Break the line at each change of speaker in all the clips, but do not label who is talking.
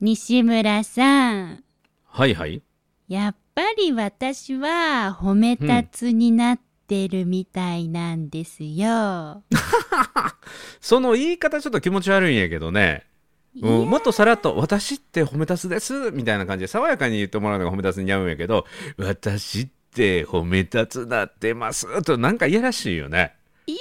西村さん、
はいはい。
やっぱり私は褒め立つになってるみたいなんですよ。
その言い方ちょっと気持ち悪いんやけどね。うんもっとさらっと「私って褒めたすです」みたいな感じで爽やかに言ってもらうのが褒めたすに合うんやけど「私って褒めたつなってます」となんかいやらしいよね。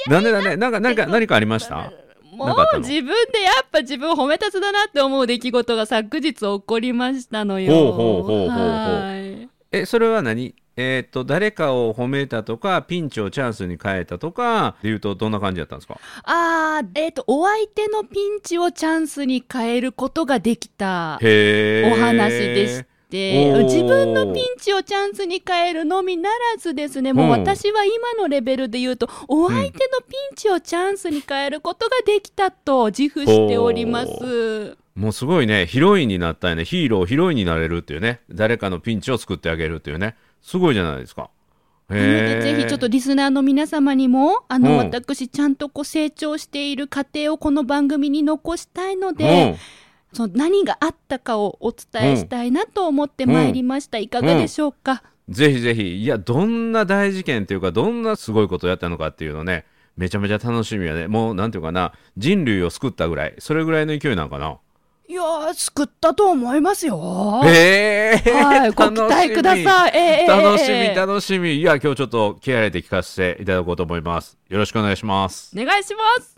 なんでだねなんかなんか何かありました
も
なかった
う
の
自分でやっぱ自分褒め立つだなって思う出来事が昨日起こりましたのよ。
ほうほうほうほうほう
はい
えそれは何えっ、と誰かを褒めたとかピンチをチャンスに変えたとかで言うとどんな感じだったんですか
あー、えっ、と、お相手のピンチをチャンスに変えることができた
へえ
お話でし
へ
て、
ーおー
自分のピンチをチャンスに変えるのみならずですね、もう
うん
私は今のレベルで言うと、お相手のピンチをチャンスに変えることができたと自負しております。
もうすごいねヒロインになったよねヒーローヒロインになれるっていうね誰かのピンチを作ってあげるっていうねすごいじゃないですか
なので
へえ
ぜひちょっとリスナーの皆様にも、あの、
うん
私ちゃんとこう成長している過程をこの番組に残したいので、
うん
その何があったかをお伝えしたいなと思ってまいりました、いかがでしょうか、
ぜひぜひいやどんな大事件っていうかどんなすごいことをやったのかっていうのねめちゃめちゃ楽しみやねもうなんていうかな人類を救ったぐらいそれぐらいの勢いなのかない
やー救ったと思いますよ
へえ
はいご期待ください、ええ
楽し
ええ
み楽しみいや今日ちょっと気合い入れて聞かせていただこうと思いますよろしくお願いします
お願いします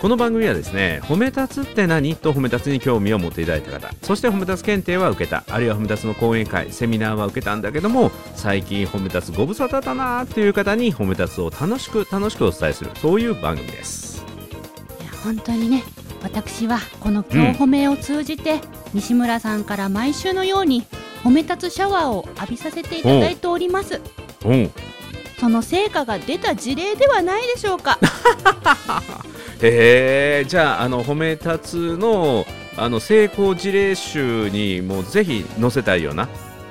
この番組はですね褒め立つって何と褒め立つに興味を持っていただいた方そして褒め立つ検定は受けたあるいは褒め立つの講演会セミナーは受けたんだけども最近褒め立つご無沙汰だなーっていう方に褒め立つを楽しく楽しくお伝えするそういう番組です
いや本当にね私はこの「今日褒め」を通じて、西村さんから毎週のように褒め立つシャワーを浴びさせていただいております
うんへ
その成果が出た事例ではないでしょうか
えじゃああの褒め立つのあの成功事例集にもうぜひ載せたいような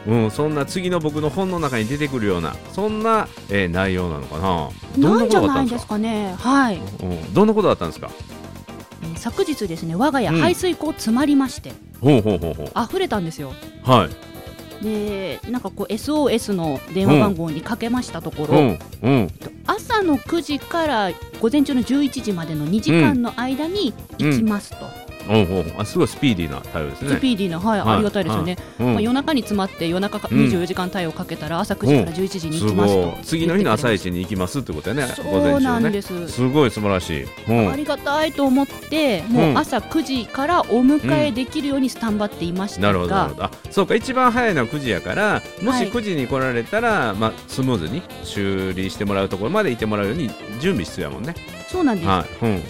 うん、そんな次の僕の本の中に出てくるようなそんな、えー内容なのかな
な
ど
ん
こ
んじゃ
とだった
ない
ん
で
です
す
か
かねはい、
うん、どんなことだったんですか
えー昨日ですね我が家
うん
排水口詰まりまして、
ほうほうほうほう
溢れたんですよ
はい。
でなんかこう SOS の電話番号にかけましたところ、
うんうん
朝の9時から午前中の11時までの2時間の間に行きますと、
うんうん。あすごいスピーディーな対応ですね。
スピーディーな、はい
はい
ありがたいですよね、
うん
まあ、夜中に詰まって夜中か
うん
24時間対応かけたら朝9時から11時に
す
行きますと、
ごい。次の日の朝
言
一に行きますってことやね。
ってく
午
れ
前
ましたそうな
中
ん
ね。
です、
すごい素晴らしい。うん。
ありがたいと思ってもううん朝9時からお迎えできるようにスタンバっていまし
な
た
るほどな
が
るほどあそうか一番早いのは9時やからも
は
し
い
9時に来られたら、まあ、スムーズに修理してもらうところまでいてもらうように準備必要やもんね、
そうなんです、
はい、うん、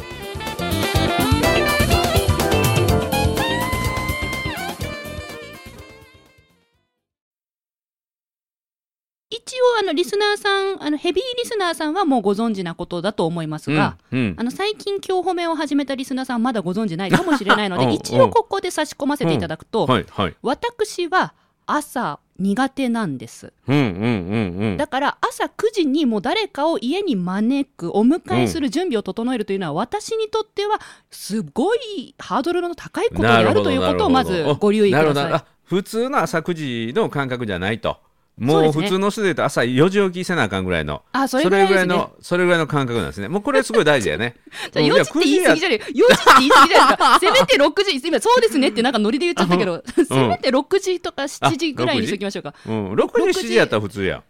一応あのリスナーさんあのヘビーリスナーさんはもうご存知なことだと思いますが、
うんうん
あの最近今日褒めを始めたリスナーさんはまだご存知ないかもしれないの
うん
で一応ここで差し込ませていただくと、
はいはい
私は朝苦手なんです
うんうんうんうん
だから朝9時にもう誰かを家に招くお迎えする準備を整えるというのは、私にとってはすごいハードルの高いことで
な
あ
ほ
る
ど
ということをま
なるほど
ずご留意くだ
おな
さ
る
い。
ほどあ普通の朝9時の感覚じゃないと
そう
も
で
う
すね
普通の人で言うと朝4時起きせなあかんぐらいの
あそれぐらいですね。
のそれぐらいの感覚なんですねもうこれすごい大事だよね
じゃあ4時って言い過ぎじ
ゃ
ゃない ?4 時って言い過ぎじゃないです か。せめて6時、今そうですねってなんかノリで言っちゃったけど、せめて6時とか7時ぐらいにしときましょうか。
うん、6
6
時
時
7時やったら普通や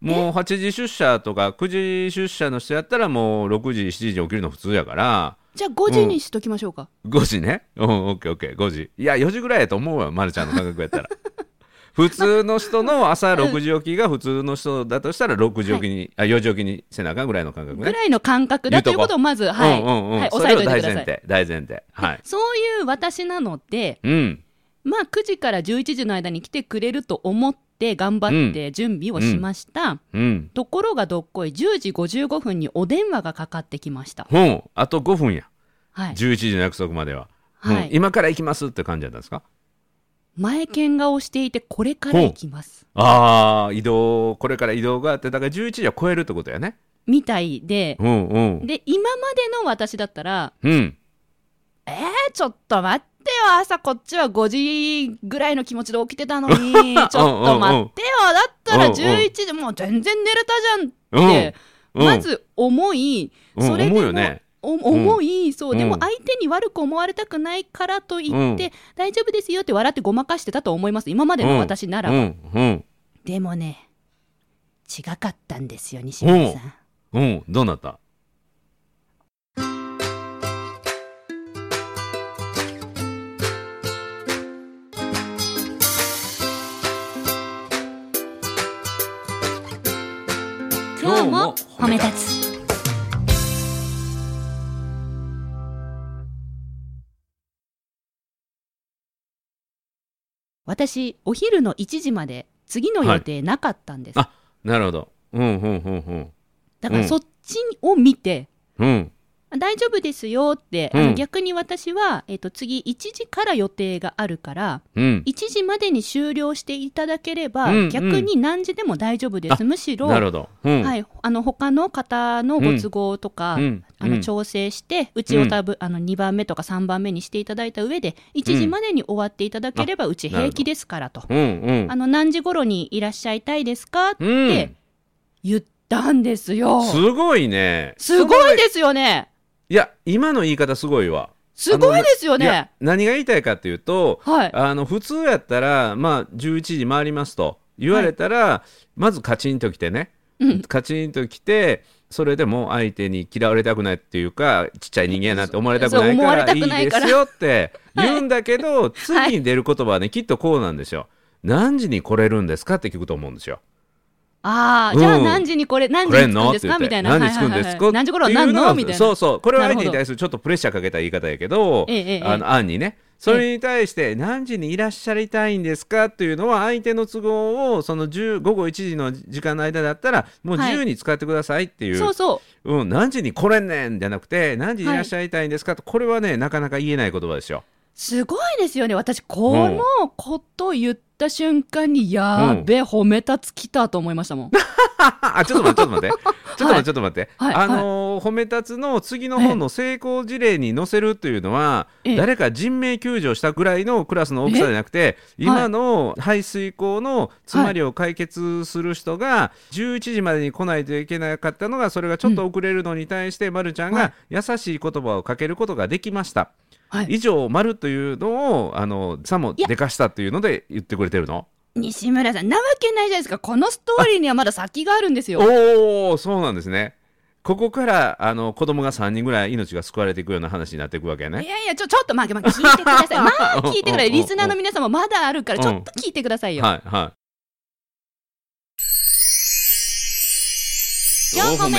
もう8時出社とか9時出社の人やったらもう6時7時に起きるの普通やから
じゃあ5時にしときましょうか。
5時ねうんオッケーオッケー5時いや4時ぐらいやと思うわまるちゃんの感覚やったら普通の人の朝6時起きが普通の人だとしたら6時起きに、あ4時起きにせなあかんぐらいの感覚
ぐ
ね。
らいの感覚だということをまず、はい、
うんうんうん
はい、
そ
押さ
れ
え
を
といてく
大
だ
前
さい。
提大前提はい。
そういう私なので、
うん
まあ9時から11時の間に来てくれると思って頑張って準備をしました。
うん
ところがどっこい10時55分にお電話がかかってきました。
ほんあと5分や
はい。
11時の約束までは、うん
はい
今から行きますって感じだったんですか
前見がをしていて、これから行きます。
ああ移動これから移動があってだから11時は超えるってことやね
みたいで、
うんうん
で、今までの私だったら、
うん
えー、ちょっと待ってよ、朝こっちは5時ぐらいの気持ちで起きてたの に、ちょっと待ってよ、だったら
うんうん
11時でもう全然寝れたじ
う
ゃんっ
ん
て、まず思い、
うん
それで
思う
も
よね
お思い、そう、でも
うん
相手に悪く思われたくないからといって、
うん
大丈夫ですよって笑ってごまかしてたと思います、今までの私なら。
うんうん
でもね、違かったんですよ、西村さん。
うんどうなった
今日も褒め立つ。私、お昼の1時まで次の予定なかったんです。
はいなるほどうんうんうん
だから
うん
そっちを見て、
うんうん
大丈夫ですよって、
うん
あの逆に私は、えっと次1時から予定があるから
うん
1時までに終了していただければ、
うんうん
逆に何時でも大丈夫で
あ
すむしろ
なるほどうん
はい、あの他の方のご都合とか、
うん
あ
う
の
ん
調整して、うちを多分あの2番目とか3番目にしていただいた上で1時までに終わっていただければ、うち平気ですからと。
うんうん
あの何時頃にいらっしゃいたいですかっ
う
て
ん
言ったんですよ。
すごいね
すごいですよね。
いや今の言い方すごいわ
すごいですよ
いや
ね。
何が言いたいかっていうと
はい。
あの普通やったら、まあ、11時回りますと言われたら、まずカチンと来てね、
うん
カチンと来てそれでも相手に嫌われたくないっていうかちっちゃい人間やなって思われたくない
そう思
か
われ
ら
た
い
くない
いで
から
すよ って言うんだけど、次に出る言葉はねきっとこうなんですよ。何時に来れるんですかって聞くと思うんですよ。
ああ、じゃあ
うん
何時にこれ、何時
来
に着くん
れんのっ
で
て
す
言っ
か
て
みたいな。
何時着くんで
は
すか
いはいはい何時頃なん
ってう
の
は
みたいな。
そうそうこれは相手
なる
に
ほど
対するちょっとプレッシャーかけた言い方やけど、
ええええ
あの案にねそれに対して何時にいらっしゃりたいんですかっていうのは相手の都合をその10午後1時の時間の間だったらもう自由に使ってくださいっていう、
そうそう。
うん、何時に来れんねんじゃなくて何時にいらっしゃりたいんですかと、これはねなかなか言えない言葉ですよ。
すごいですよね。私、このこと言った瞬間に、やーべ、褒めたつきたと思いましたもん。
あちょっと待って、ちょっと待って。ちょっと待って、ちょっと待って。
はい
あのー褒め立つの次の本の成功事例に載せるというのは、
ええ
誰か人命救助したぐらいのクラスの大きさじゃなくて、今の排水口の詰まりを解決する人が、11時までに来ないといけなかったのが、それがちょっと遅れるのに対して、まるちゃん
はい
が優しい言葉をかけることができました。
はい、
以上、まるというのを、あの、さもでかしたというので言ってくれてるの
西村さん、なわけないじゃないですか。このストーリーにはまだ先があるんですよ。
おおそうなんですねここからあの子供が3人ぐらい命が救われていくような話になっていくわけ
い
ね
やいや、ちょ、ちょっと待って、まあ、聞いてくだ さい。まあ、聞いてください。
うんうんうん
リスナーの皆様、まだあるから、ちょっと聞いてくださいよ。
はいはい
四個目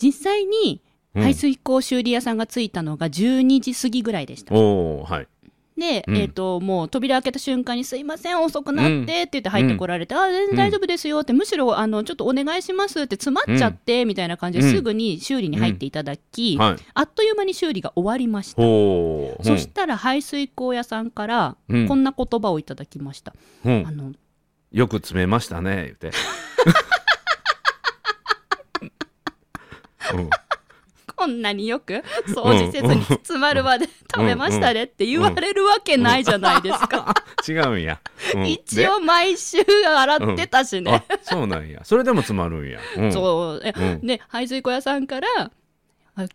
実際に、
うん
排水口修理屋さんが着いたのが12時過ぎぐらいでした。
おおはい
で、
うん
えっ、と、もう扉開けた瞬間に、すいません、遅くなって、
うん
って言って入ってこられて、あー、全然大丈夫ですよって、むしろ、あの、ちょっとお願いしますって、詰まっちゃって、みたいな感じで、
うん
すぐに修理に入っていただき、
はい
あっという間に修理が終わりました。
ほう
そしたら、排水口屋さんから、
うん
こんな言葉をいただきました。
うんう
あ
ん
の、
よく詰めました ね言ってうん
こんなによく掃除せずに詰まるまで食べましたねって言われるわけないじゃないですか。
違うんや、うんで
一応毎週洗ってたしね
あ。そうなんやそれでも詰まるんや、うん、
そう。え
うん
ね、排水小屋さんから、あ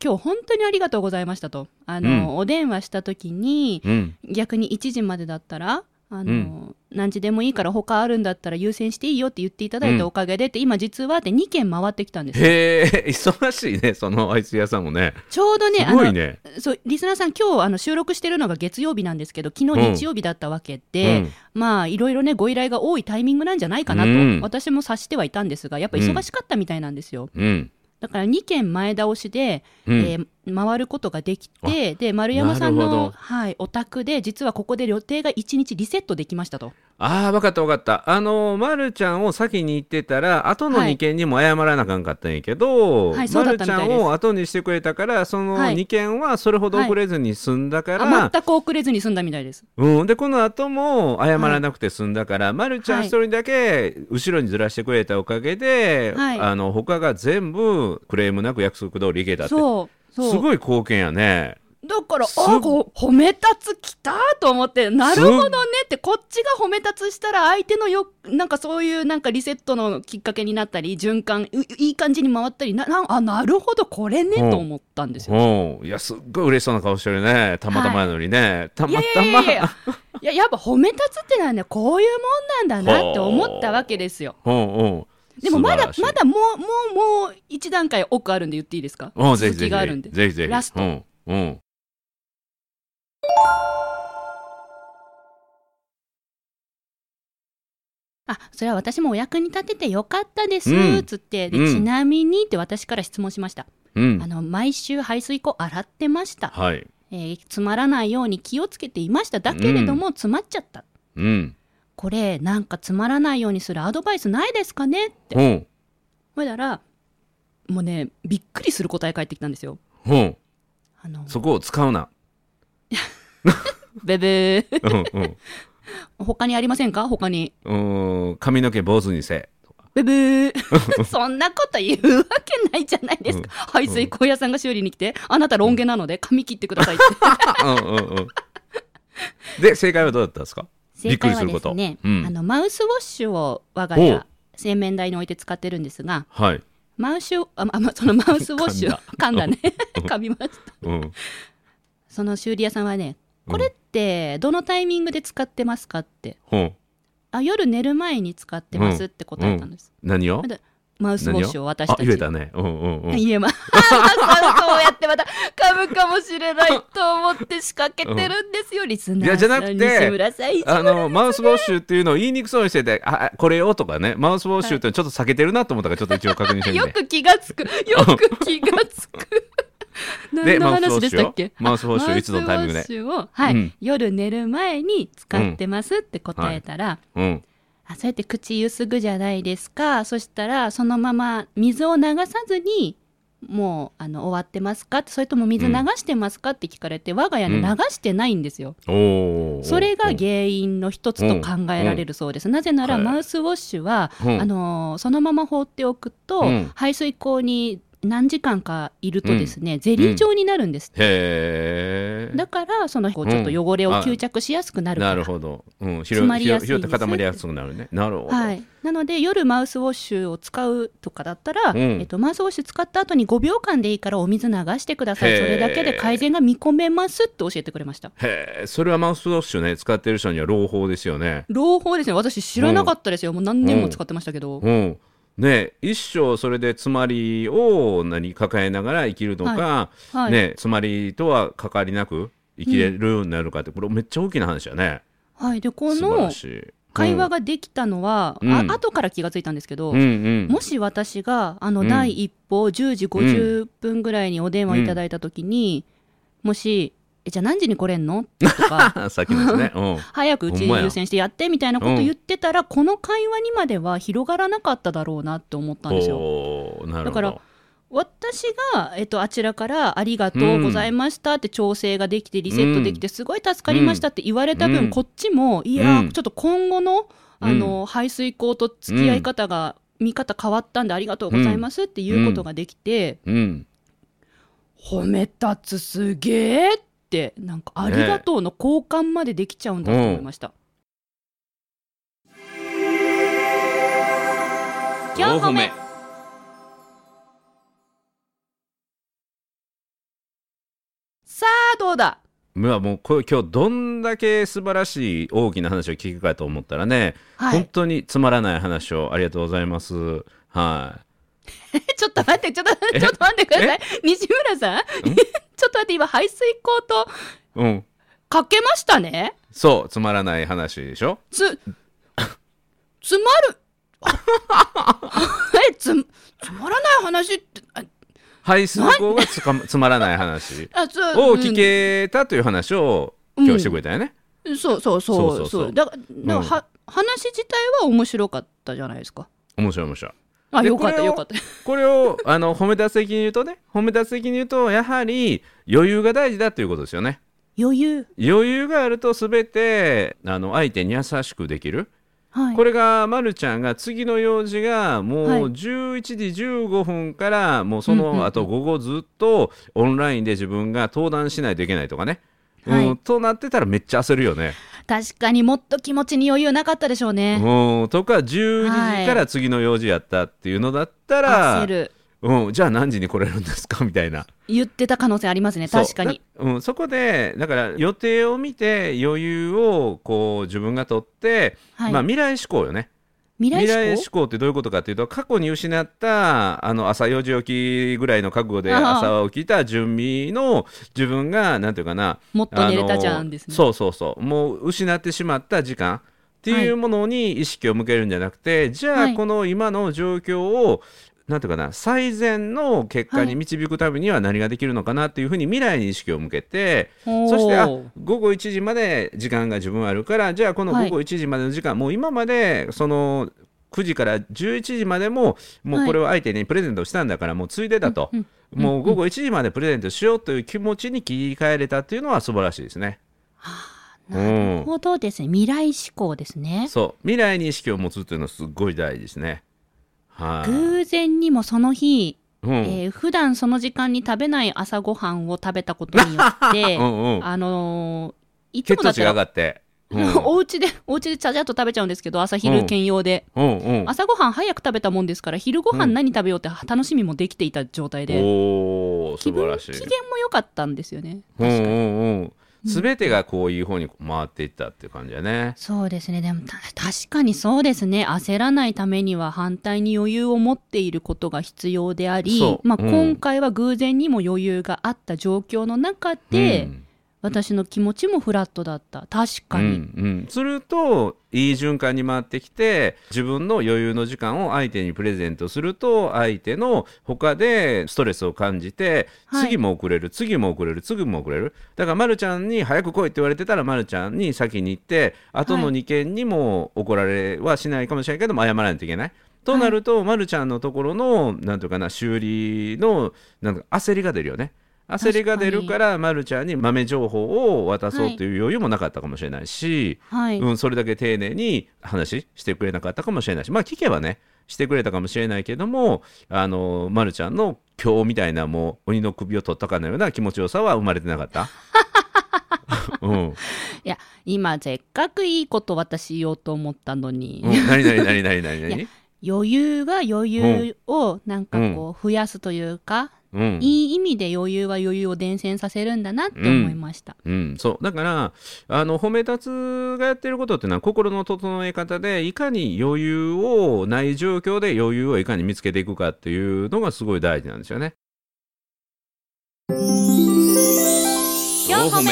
今日本当にありがとうございましたと。あの、お電話した時に、
うん
逆に1時までだったら、あの、
うん
何時でもいいから他あるんだったら優先していいよって言っていただいたおかげでって、今実はって2件回ってきたんですよ
へえ、忙しいね、そのアイス屋さんもね。
ちょうどね
すごいね。
あのそうリスナーさん今日あの収録してるのが月曜日なんですけど昨
う
日
ん
日曜日だったわけ
う
で、
ん、
まあいろいろねご依頼が多いタイミングなんじゃないかなと、
うん
私も察してはいたんですがやっぱ忙しかったみたいなんですよ、
うん、
だから2件前倒しで
うん。
えー回ることができてで丸山さん
なるほど
の、はい、お宅で実はここで予定が1日リセットできましたと
ああ、わかったわかった。あのー、まるちゃんを先に言ってたら、後の
はい
2件にも謝らなあかんかったんやけど、
はいそ
ま
うだっ
る
た
ち
みた
ゃ
いです
んを後にしてくれたから、その
はい
2件はそれほど遅れずに済んだから、
あ全く遅れずに済んだみたいです
うん、で、この後も謝らなくて済んだから、まるちゃん
はい
一人だけ後ろにずらしてくれたおかげで、
はい
あの、他が全部クレームなく約束通り行けたって。
そう
す
そう
ごい貢献やね。
だから
す
あこう褒め立つきたと思ってなるほどねってこっちが褒め立つしたら相手のよなんかそういうなんかリセットのきっかけになったり循環ういい感じに回ったりななんあなるほどこれね
うん
と思ったんですよ。
うん。いや、すっごい嬉しそうな顔してるね。たまたまやのにね。た
い
ま
やい
た
や
ま。
いやいやいややっぱ褒め立つってのはねこういうもんなんだなって思ったわけですよ。
うんうん。
でもまだ
素晴らしい
まだもうもうもう一段階奥あるんで言っていいですか？
うん、ぜひぜ
続き
ひ。
があるんで。
ぜひぜひ。
ラスト
うん。うん。
あ、それは私もお役に立ててよかったです
うん
つって、で
うん
ちなみにって私から質問しました。
うん
あ。の毎週排水口洗ってました、
はい。
えーつまらないように気をつけていました。だけれども詰まっちゃった。
うん。
これなんかつまらないようにするアドバイスないですかねって。
うん。
ほいだらもうねびっくりする答え返ってきたんですよ。
うん。
あの
そこを使うな。
ベベー
うんうん
他にありませんか他に。
うん。髪の毛坊主にせ。
ブブ ーそんなこと言うわけないじゃないですか、排水口屋さんが修理に来てあなたロン毛なので髪切ってくださいって
うんうんうん。で、正解はどうだったんですか び
正
っく
解
り
は
するこ
で
と
すね、
うん
あのマウスウォッシュを我が
おう
家洗面台に置いて使ってるんですが
はい。
マウスああまそのマウスウォッシュ噛んだね噛みました
うん。
その修理屋さんはねこれってどのタイミングで使ってますかって
うん。
あ夜寝る前に使ってますって答えたんです、
何を
マウスウォッシュを私
あ
た、ち
言えたね。うんうんうん。
言えま あそうやってまた噛むかもしれないと思って仕掛けてるんですよ、リスナーさん
いやじゃなくて
西村さんいじ
あの、マウスウォッシュっていうのを言いにくそうにしてて、あ、これをとかね、マウスウォッシュってちょっと避けてるなと思ったから、ちょっと一応確認して み
よ
て。
く気がつくよく気がつ く何の話でしたっけ
マウスウォッシュを
あ
マウスウォッシュいつのタイミングで
マウスウォッシュを、はい
うん
夜寝る前に使ってますって答えたら、
うん。
あそうやって口ゆすぐじゃないですかそしたらそのまま水を流さずにもうあの終わってますかってそれとも水流してますかって聞かれて、我が家ね流してないんですよ、
おお。
それが原因の一つと考えられるそうです。なぜなら
はい
マウスウォッシュは、
うん
あのーそのまま放っておくと、
うん
排水口に何時間かいるとですね、ゼリー状になるんです。
へえ。
だからそのこう
うん
ちょっと汚れを
あ
吸着しやすくなるから。
なるほど。うん。拾
詰まりや
う
すい
拾って
です
固まりやすくなるね。なるほど。
はい、なので夜マウスウォッシュを使うとかだったら、
うん
えっと、マウスウォッシュ使った後に5秒間でいいからお水流してくださ
へ
い
ー
それだけで改善が見込めますって教えてくれました
へえ、それはマウスウォッシュね、使ってる人には朗報ですよね。
朗報ですね私知らなかったですよ、もう何年も使ってましたけど、
うん。ね一生それで詰まりを何抱えながら生きるとか、
はい、
ね詰まりとは関わりなく生きれるようになるかって、これめっちゃ大きな話だね。
はい、でこ
素晴
の
らしい。
会話
が、
ができたのは、
うん
あ後から気がついたんですけど、
うんうん、
もし私があの、
うん
第一報10時50分ぐらいにお電話いただいた時に、もし「えじゃあ何時に来れんの?」とか
あ さっきのですね。 うん。
早くうち
ほんまや
優先してやってみたいなこと
うん
言ってたら、この会話にまでは広がらなかっただろうなって思ったんですよ。
おーなるほど。
だから私が、えっと、あちらから「ありがとうございました」って調整ができてリセットできてすごい助かりましたって言われた分、
うん
こっちもいやー
うん
ちょっと今後のあの、排水口と付き合い方が、見方変わったんでありがとうございますっていうことができて、
うん。
褒め立つすげーってなんか「ありがとう」の交換までできちゃうんだと思いました。4個目さあどうだ
まあもうこれ今日どんだけ素晴らしい大きな話を聞くかと思ったらね、
は
本
い。
当につまらない話をありがとうございます。は
ちょっと待って、ちょっと待って、ちょっと待ってください。西村さん ちょっと待って、今、排水口と
い。うん。
かけましたね。
そう、つまらない話でしょ
つ、つまる。 え、つ、つまらない話って、あ、
排水口がつかまつまらない話
あつ、
を聞けたという話を
うん
今日してくれたよね。
うんそうそう
そう
そ
そ
う。そ
うそう
うだから、だからは話自体は面白かったじゃないですか。
面白い面白い。
あ、
で
よかっ
こ
た
れを
よかった。
これをあの褒め出す的に言うとね、褒め出す的に言うと、やはり余裕が大事だということですよね。
余裕。
余裕があると全てあの相手に優しくできる。
はい。
これが、ま、るちゃんが次の用事がもう
はい
11時15分からもうそ
うんうんう
の
ん
後午後ずっとオンラインで自分が登壇しないといけないとかね、
はい
うん、となってたらめっちゃ焦るよね。
確かにもっと気持ちに余裕なかったでしょうね。
うん、とか12時から次の用事やったっていうのだったら、
焦る。
うん、じゃあ何時に来れるんですかみたいな。
言ってた可能性ありますね。 確かに。
そうだうん、そこでだから予定を見て余裕をこう自分が取って、
はい。
まあ、未来志向よね。
未来志
未
向
来志向ってどういうことかっていうと過去に失ったあの朝4時起きぐらいの覚悟で
あは
朝起きた準備の自分がなんていうかな
もっと
あ
寝れ
の
たじゃんですね。
そうそうそうもう失ってしまった時間っていうものに意識を向けるんじゃなくて、じゃ
は
あ
い
この今の状況をなんていうかな最善の結果に導くためには何ができるのかなっていうふうに未来に意識を向けて、
ほう
そしてあ午後1時まで時間が自分あるからじゃあこの午後1時までの時間、もう今までその9時から11時までももうこれを相手にプレゼントしたんだからもうついでだと、
うん
もう午後1時までプレゼントしようという気持ちに切り替えれたっていうのは素晴らしいですね。
な
う
る
ん
ほどですね。未来志向ですね。
そう未来に意識を持つっていうのはすっごい大事ですね。はい、
偶然にもその日、
うん
えー普段その時間に食べない朝ごはんを食べたことによって、
うんうん、
あのーいつも
血
だった
糖値が上
ら、
がって、うん
お家で、お家でちゃちゃっと食べちゃうんですけど、朝昼兼用で。
うんうん、
朝ごはん早く食べたもんですから、昼ごは
うん
ん何食べようって楽しみもできていた状態で、
おー
気
素晴
分
らし
機
い。
嫌も良かったんですよね。
うん
確かに
うんうん。すべてがこういう方に回っていったっていう感じだね。
そうですね。でも、た確かにそうですね。焦らないためには反対に余裕を持っていることが必要であり
そ、う
まあ、
うん
今回は偶然にも余裕があった状況の中で、
うん
私の気持ちもフラットだった。確か
う
に。
んうん、するといい循環に回ってきて自分の余裕の時間を相手にプレゼントすると相手の他でストレスを感じて、
はい
次も遅れる次も遅れる次も遅れるだから、ま、るちゃんに早く来いって言われてたら、ま、るちゃんに先に行って後
は
の
い
2件にも怒られはしないかもしれないけども謝らないといけない。となると、まるちゃんのところのなんとかな修理のなんか焦りが出るよね。焦りが出るから、ま、るちゃんに豆情報を渡そうという余裕もなかったかもしれないし、
はい。
うん、それだけ丁寧に話してくれなかったかもしれないしまあ聞けばねしてくれたかもしれないけどもあの、ま、るちゃんの今日みたいなもう鬼の首を取ったかのような気持ちよさは生まれてなか った。うん、
今、せっかくいいこと私言おうと思ったのに、
うん、何何何何何
い
何
余裕が余裕をなんかこう増やすというか、
うん
いい意味で余裕は余裕を伝染させるんだなって思いました。
うん、そうだからあの褒め立つがやってることっていうのは心の整え方でいかに余裕をない状況で余裕をいかに見つけていくかっていうのがすごい大事なんですよね。
4
個
個目
目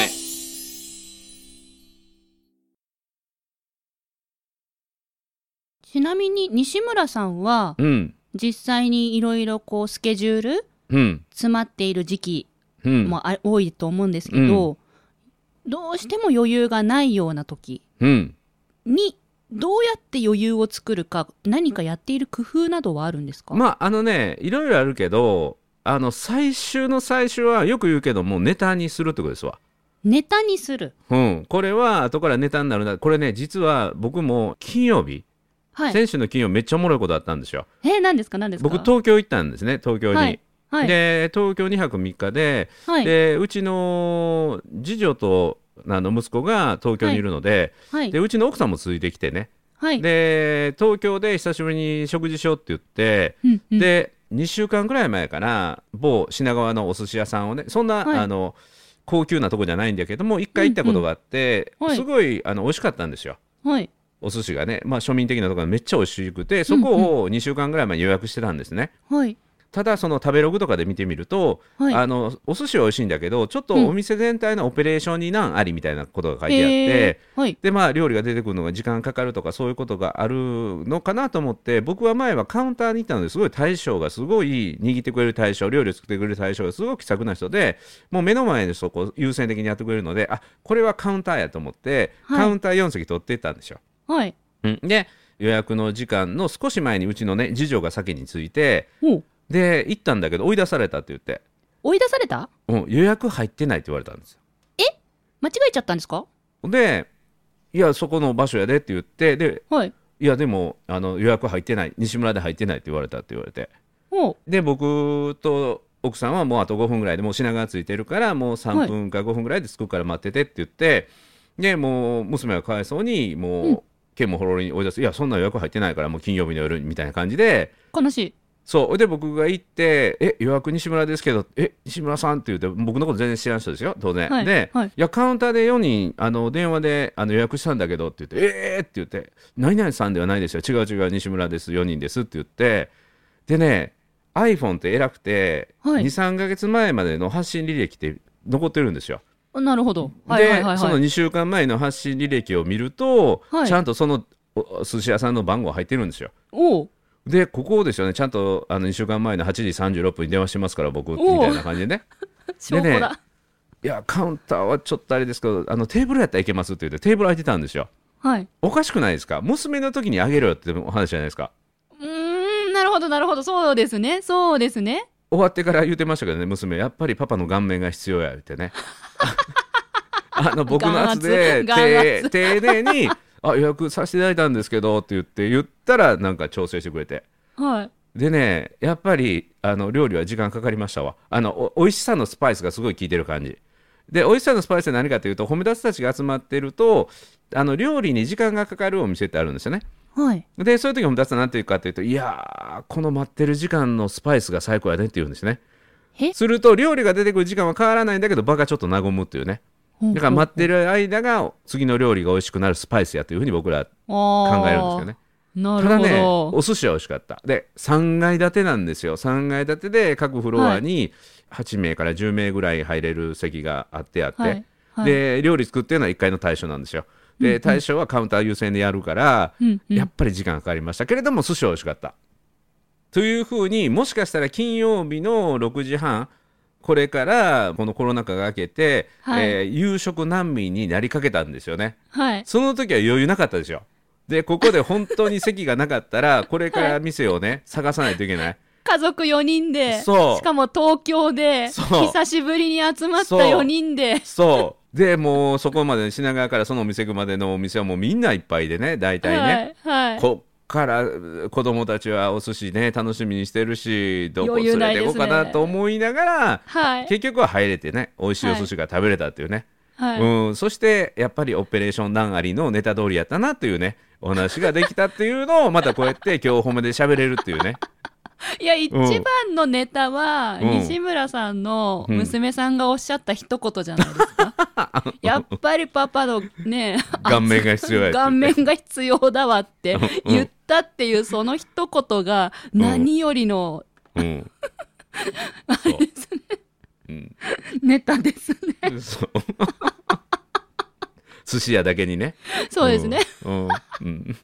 ちなみに西村さんは
うん
実際にいろいろこうスケジュール
うん
詰まっている時期
うん、
もあ多いと思うんですけど、どうしても余裕がないような時
うん、
にどうやって余裕を作るか何かやっている工夫などはあるんですか、
まああのねいろいろあるけどあの最終の最終はよく言うけどもうネタにするってことですわ。
ネタにする。
うん、これは後からネタになるなこれね実は僕も金曜日、
はい。
先週の金曜めっちゃおもろいことあったんですよ。
えー、何ですか何ですか
僕東京行ったんですね東京に。
はい。はい。
で東京2泊3日で,、
はい。
でうちの次女とあの息子が東京にいるので,、
はい
で。うちの奥さんもついてきてね、
はい。
で東京で久しぶりに食事しようって言って、
うんうん、
で2週間ぐらい前から某品川のお寿司屋さんをねそんな、
はい
あの高級なとこじゃないんだけども一回行ったことがあって、
うんうんはい
すごいあの美味しかったんですよ
はい。
お寿司がね、まあ、庶民的なところがめっちゃ美味しくてそこを2週間ぐらい前に予約してたんですね、
はい。
ただその食べログとかで見てみると、
はい
あのお寿司は美味しいんだけどちょっと
うん
お店全体のオペレーションに難ありみたいなことが書いてあって、
えーはい。
でまあ料理が出てくるのが時間かかるとかそういうことがあるのかなと思って僕は前はカウンターに行ったのですごい大将がすごい握ってくれる大将料理を作ってくれる大将がすごく気さくな人でもう目の前でそこを優先的にやってくれるのであこれはカウンターやと思って、
はい
カウンター4席取っていったんですよ。
はい。
うん、で予約の時間の少し前にうちのね次女が先に着いて
おう
で行ったんだけど追い出されたって言って、
追い出された
うん、予約入ってないって言われたんですよ。
間違えちゃったんですか
でいやそこの場所やでって言ってで
はい。
いやでもあの予約入ってない西村で入ってないって言われたって言われて
おう
で僕と奥さんはもうあと5分ぐらいでもう品がついてるからもう3分か5分ぐらいで着くから待っててって言って、でもう娘がかわいそうにもう、
うん
剣もほろりに追い出すいやそんな予約入ってないからもう金曜日の夜にみたいな感じで
悲しい。
そうで僕が行って「え予約西村ですけどえ西村さん」って言って僕のこと全然知らん人ですよ当然、
はい
で、
はい
いやカウンターで4人あの電話であの予約したんだけどって言って「えー!」って言って「何々さんではないですよ違う違う西村です4人です」って言ってでね iPhone って偉くて、
はい
23か月前までの発信履歴って残ってるんですよ。
あなるほど。
で、
はいはいはい
その
はい。
2週間前の発信履歴を見ると、
はい
ちゃんとそのおお寿司屋さんの番号入ってるんですよ。
おう
でここをですよねちゃんとあの2週間前の8時36分に電話してますから僕み
おう
たいな感じでね
証拠
でね
だ。
いやカウンターはちょっとあれですけどあのテーブルやったらいけますって言ってテーブル空いてたんですよ
はい。
おかしくないですか娘の時にあげろよってお話じゃないですか
うーん、なるほどなるほど。そうですね。そうですね。
終わってから言ってましたけどね娘やっぱりパパの顔面が必要やってねあの僕の圧で
眼圧
て丁寧に「あ予約させていただいたんですけど」って言って言ったらなんか調整してくれて
はい。
でねやっぱりあの料理は時間かかりましたわあのお美味しさのスパイスがすごい効いてる感じで美味しさのスパイスって何かというと褒め出すたちが集まってるとあの料理に時間がかかるお店ってあるんですよね
はい。
でそういう時褒め出すは何て言うかというといやーこの待ってる時間のスパイスが最高やねって言うんですね
え
すると料理が出てくる時間は変わらないんだけど場がちょっと和むっていうねだから待ってる間が次の料理が美味しくなるスパイスやというふうに僕ら考
考
えるんですよね。
な
ただね
るほど。
お寿司は美味しかったで3階建てなんですよ3階建てで各フロアに8名から10名ぐらい入れる席があってあって、
はいはい
で料理作ってるのは1階の大将なんですよで、大将はカウンター優先でやるから、
うんうん
やっぱり時間かかりましたけれども寿司は美味しかったというふうにもしかしたら金曜日の6時半これからこのコロナ禍が明けて、
はい
えー夕食難民になりかけたんですよね。
はい。
その時は余裕なかったでしょ。で、ここで本当に席がなかっ たら、これから店をね、探さないといけない。
家族4人で、
そう
しかも東京で、
そう
久しぶりに集まった
そう
4人で、
そう。で、もうそこまで品川からそのお店行くまでのお店はもうみんないっぱいでね、大体ね。
はい、はい。
こっから子供たちはお寿司ね、楽しみにしてるし、どこ
余
連
裕な
れ
い
て
ですね
こうかなと思いながら、
はい。
結局は入れてね、美味しいお寿司が食べれたっていうね。
はい。
うん、そしてやっぱりオペレーション段ありのネタ通りやったなというね、お話ができたっていうのを、またこうやって今日褒めで喋れるっていうね。
いや、一番のネタは、
うん
西村さんの娘さんがおっしゃった一言じゃないです か。やっぱりパパのね、
顔面が必要やって
顔面が必要だわって
うん
言ったっていう、その一言が、
ん
何よりの
うん。そう。うん。
ネタですね。
そう。寿司屋だけにね。
そうですね。
うん。うん。うん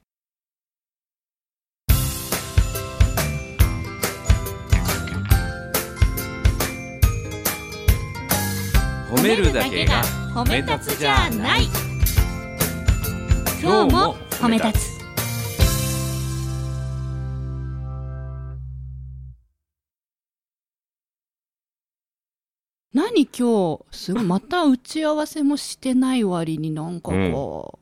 褒めるだけが
褒
め立つじゃない
今日も褒め立つ
何今日、すごい、また打ち合わせもしてない割になんかこ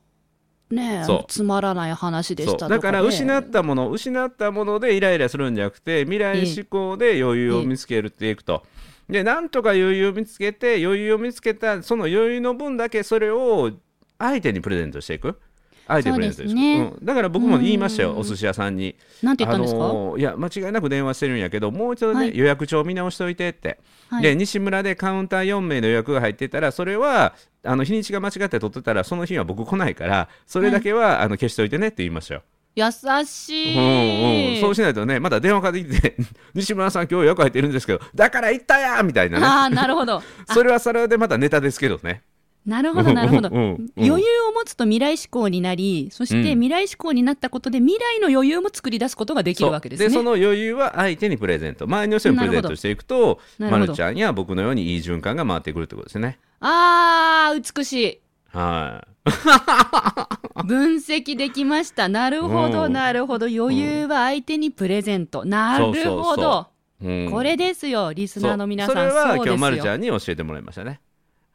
う、ね
そ
え
う、
つまらない話でした
そ
と
う
か、ね。
だから失ったもの失ったものでイライラするんじゃなくて未来志向で余裕を見つけるっていくと。でなんとか余裕を見つけて余裕を見つけたその余裕の分だけそれを相手にプレゼントしていく。あえてくれるんです
そうですね
うんだから僕も言いました
う
よ
ん
お寿司屋さんに
なんて言ったんですか、
あのーいや間違いなく電話してるんやけどもう一度ね、
はい
予約帳見直しといてって、
はい
で西村でカウンター4名の予約が入ってたらそれはあの日にちが間違って取ってたらその日は僕来ないからそれだけは、あの消しといてねって言いましたよ、
優しい、
うんうん、そうしないとねまだ電話かかってきて 西村さん今日予約入ってるんですけどだから行ったやみたいなね
ああなるほど
それはそれでまたネタですけどね。
なるほどなるほど、
うんうんうん
余裕を持つと未来志向になりそして
うん
未来志向になったことで未来の余裕も作り出すことができるわけですね
そうその余裕は相手にプレゼント周りの人にプレゼントしていくと
な
ま
るほど
るちゃんや僕のようにいい循環が回ってくるってことですね。
あー美しい
はい
分析できましたなるほど、
うん
なるほど余裕は相手にプレゼント、なるほど
そうそうそうん
これですよリスナーの皆さん
そうそれは
そう
今
ですよ
日まるちゃんに教えてもらいましたね。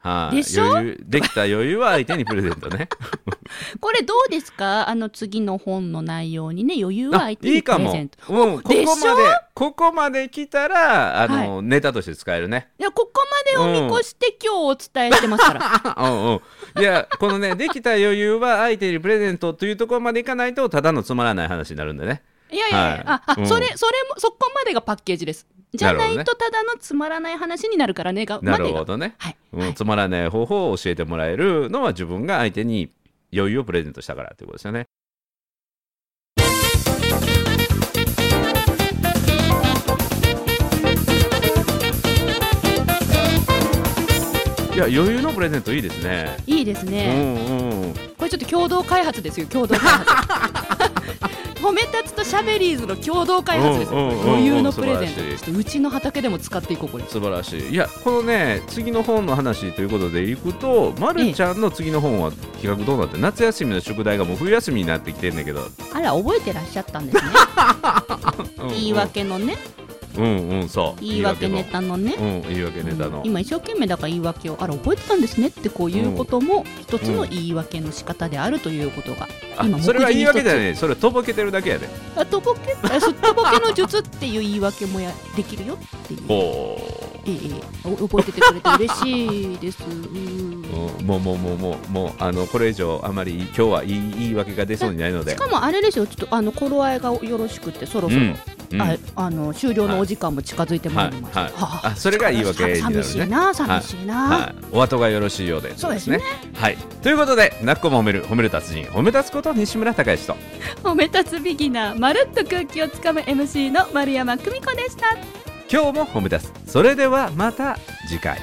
はい、
でしょ
余裕できた余裕は相手にプレゼントね。
これどうですかあの次の本の内容にね余裕は
あ
相
い
手に
い
プ
か
レ
も。
ゼ
うん
ント
ここま
で
で
しょ
ここまで来たらあの、ネタとして使えるね。
いやここまでお見越して今日お伝えしてますから、
うんうん、いやこのねできた余裕は相手にプレゼントというところまでいかないとただのつまらない話になるんでね
いやいやいや、
はい
ああ、
うん
それそれもそこまでがパッケージですじゃ
なる
な
ほど
い
ね
とただのつまらない話になるからねが
な
まで
る
が
ほどね、
はい、
うん
はい
つまらない方法を教えてもらえるのは自分が相手に余裕をプレゼントしたからということですよねいや余裕のプレゼントいいですね
いいですね、
うんうん
これちょっと共同開発ですよ共同開 発褒め立つとシャベリーズの共同開発ですよ
うんうんうんうん
余裕のプレゼント
素晴らしい
ちょっとうちの畑でも使っていこうこれ
素晴らしいいやこのね次の本の話ということでいくと、ま、るちゃんの次の本は企画どうなって夏休みの宿題がもう冬休みになってきてんだけど、
あら覚えてらっしゃったんですね 言い訳のね
うんうんそう
言い訳ネタのね
言い訳のうん言い訳ネタの、
うん今一生懸命だから言い訳をあら覚えてたんですねってこういうことも一つの言い訳の仕方であるということが、今
あそれは
目次
言
に一
い
つ
訳じゃないそれはとぼけてるだけやで
あとぼけあすっとぼけの術っていう言い訳もやできるよっていう、
ほ
ええええお覚えててくれて嬉しいですうん
う、うん、もうもうもうもうもうあのこれ以上あまり今日はいい言い訳が出そうにないので
しかもあれですよちょっとあの頃合いがよろしくってそろそろ、
うんうん
ああの終了のお時間も近づいてまいりました、
はいはい
は
あそれが言い訳になる
寂
ね
しいな寂しいな、
はい、お後がよろしいようで
そうですね
はい、ということで「なっこも褒める褒める達人褒め立つこと西村孝之と
褒め立つビギナーまるっと空気をつかむ MC の丸山久美子でした
今日も褒め立つそれではまた次回。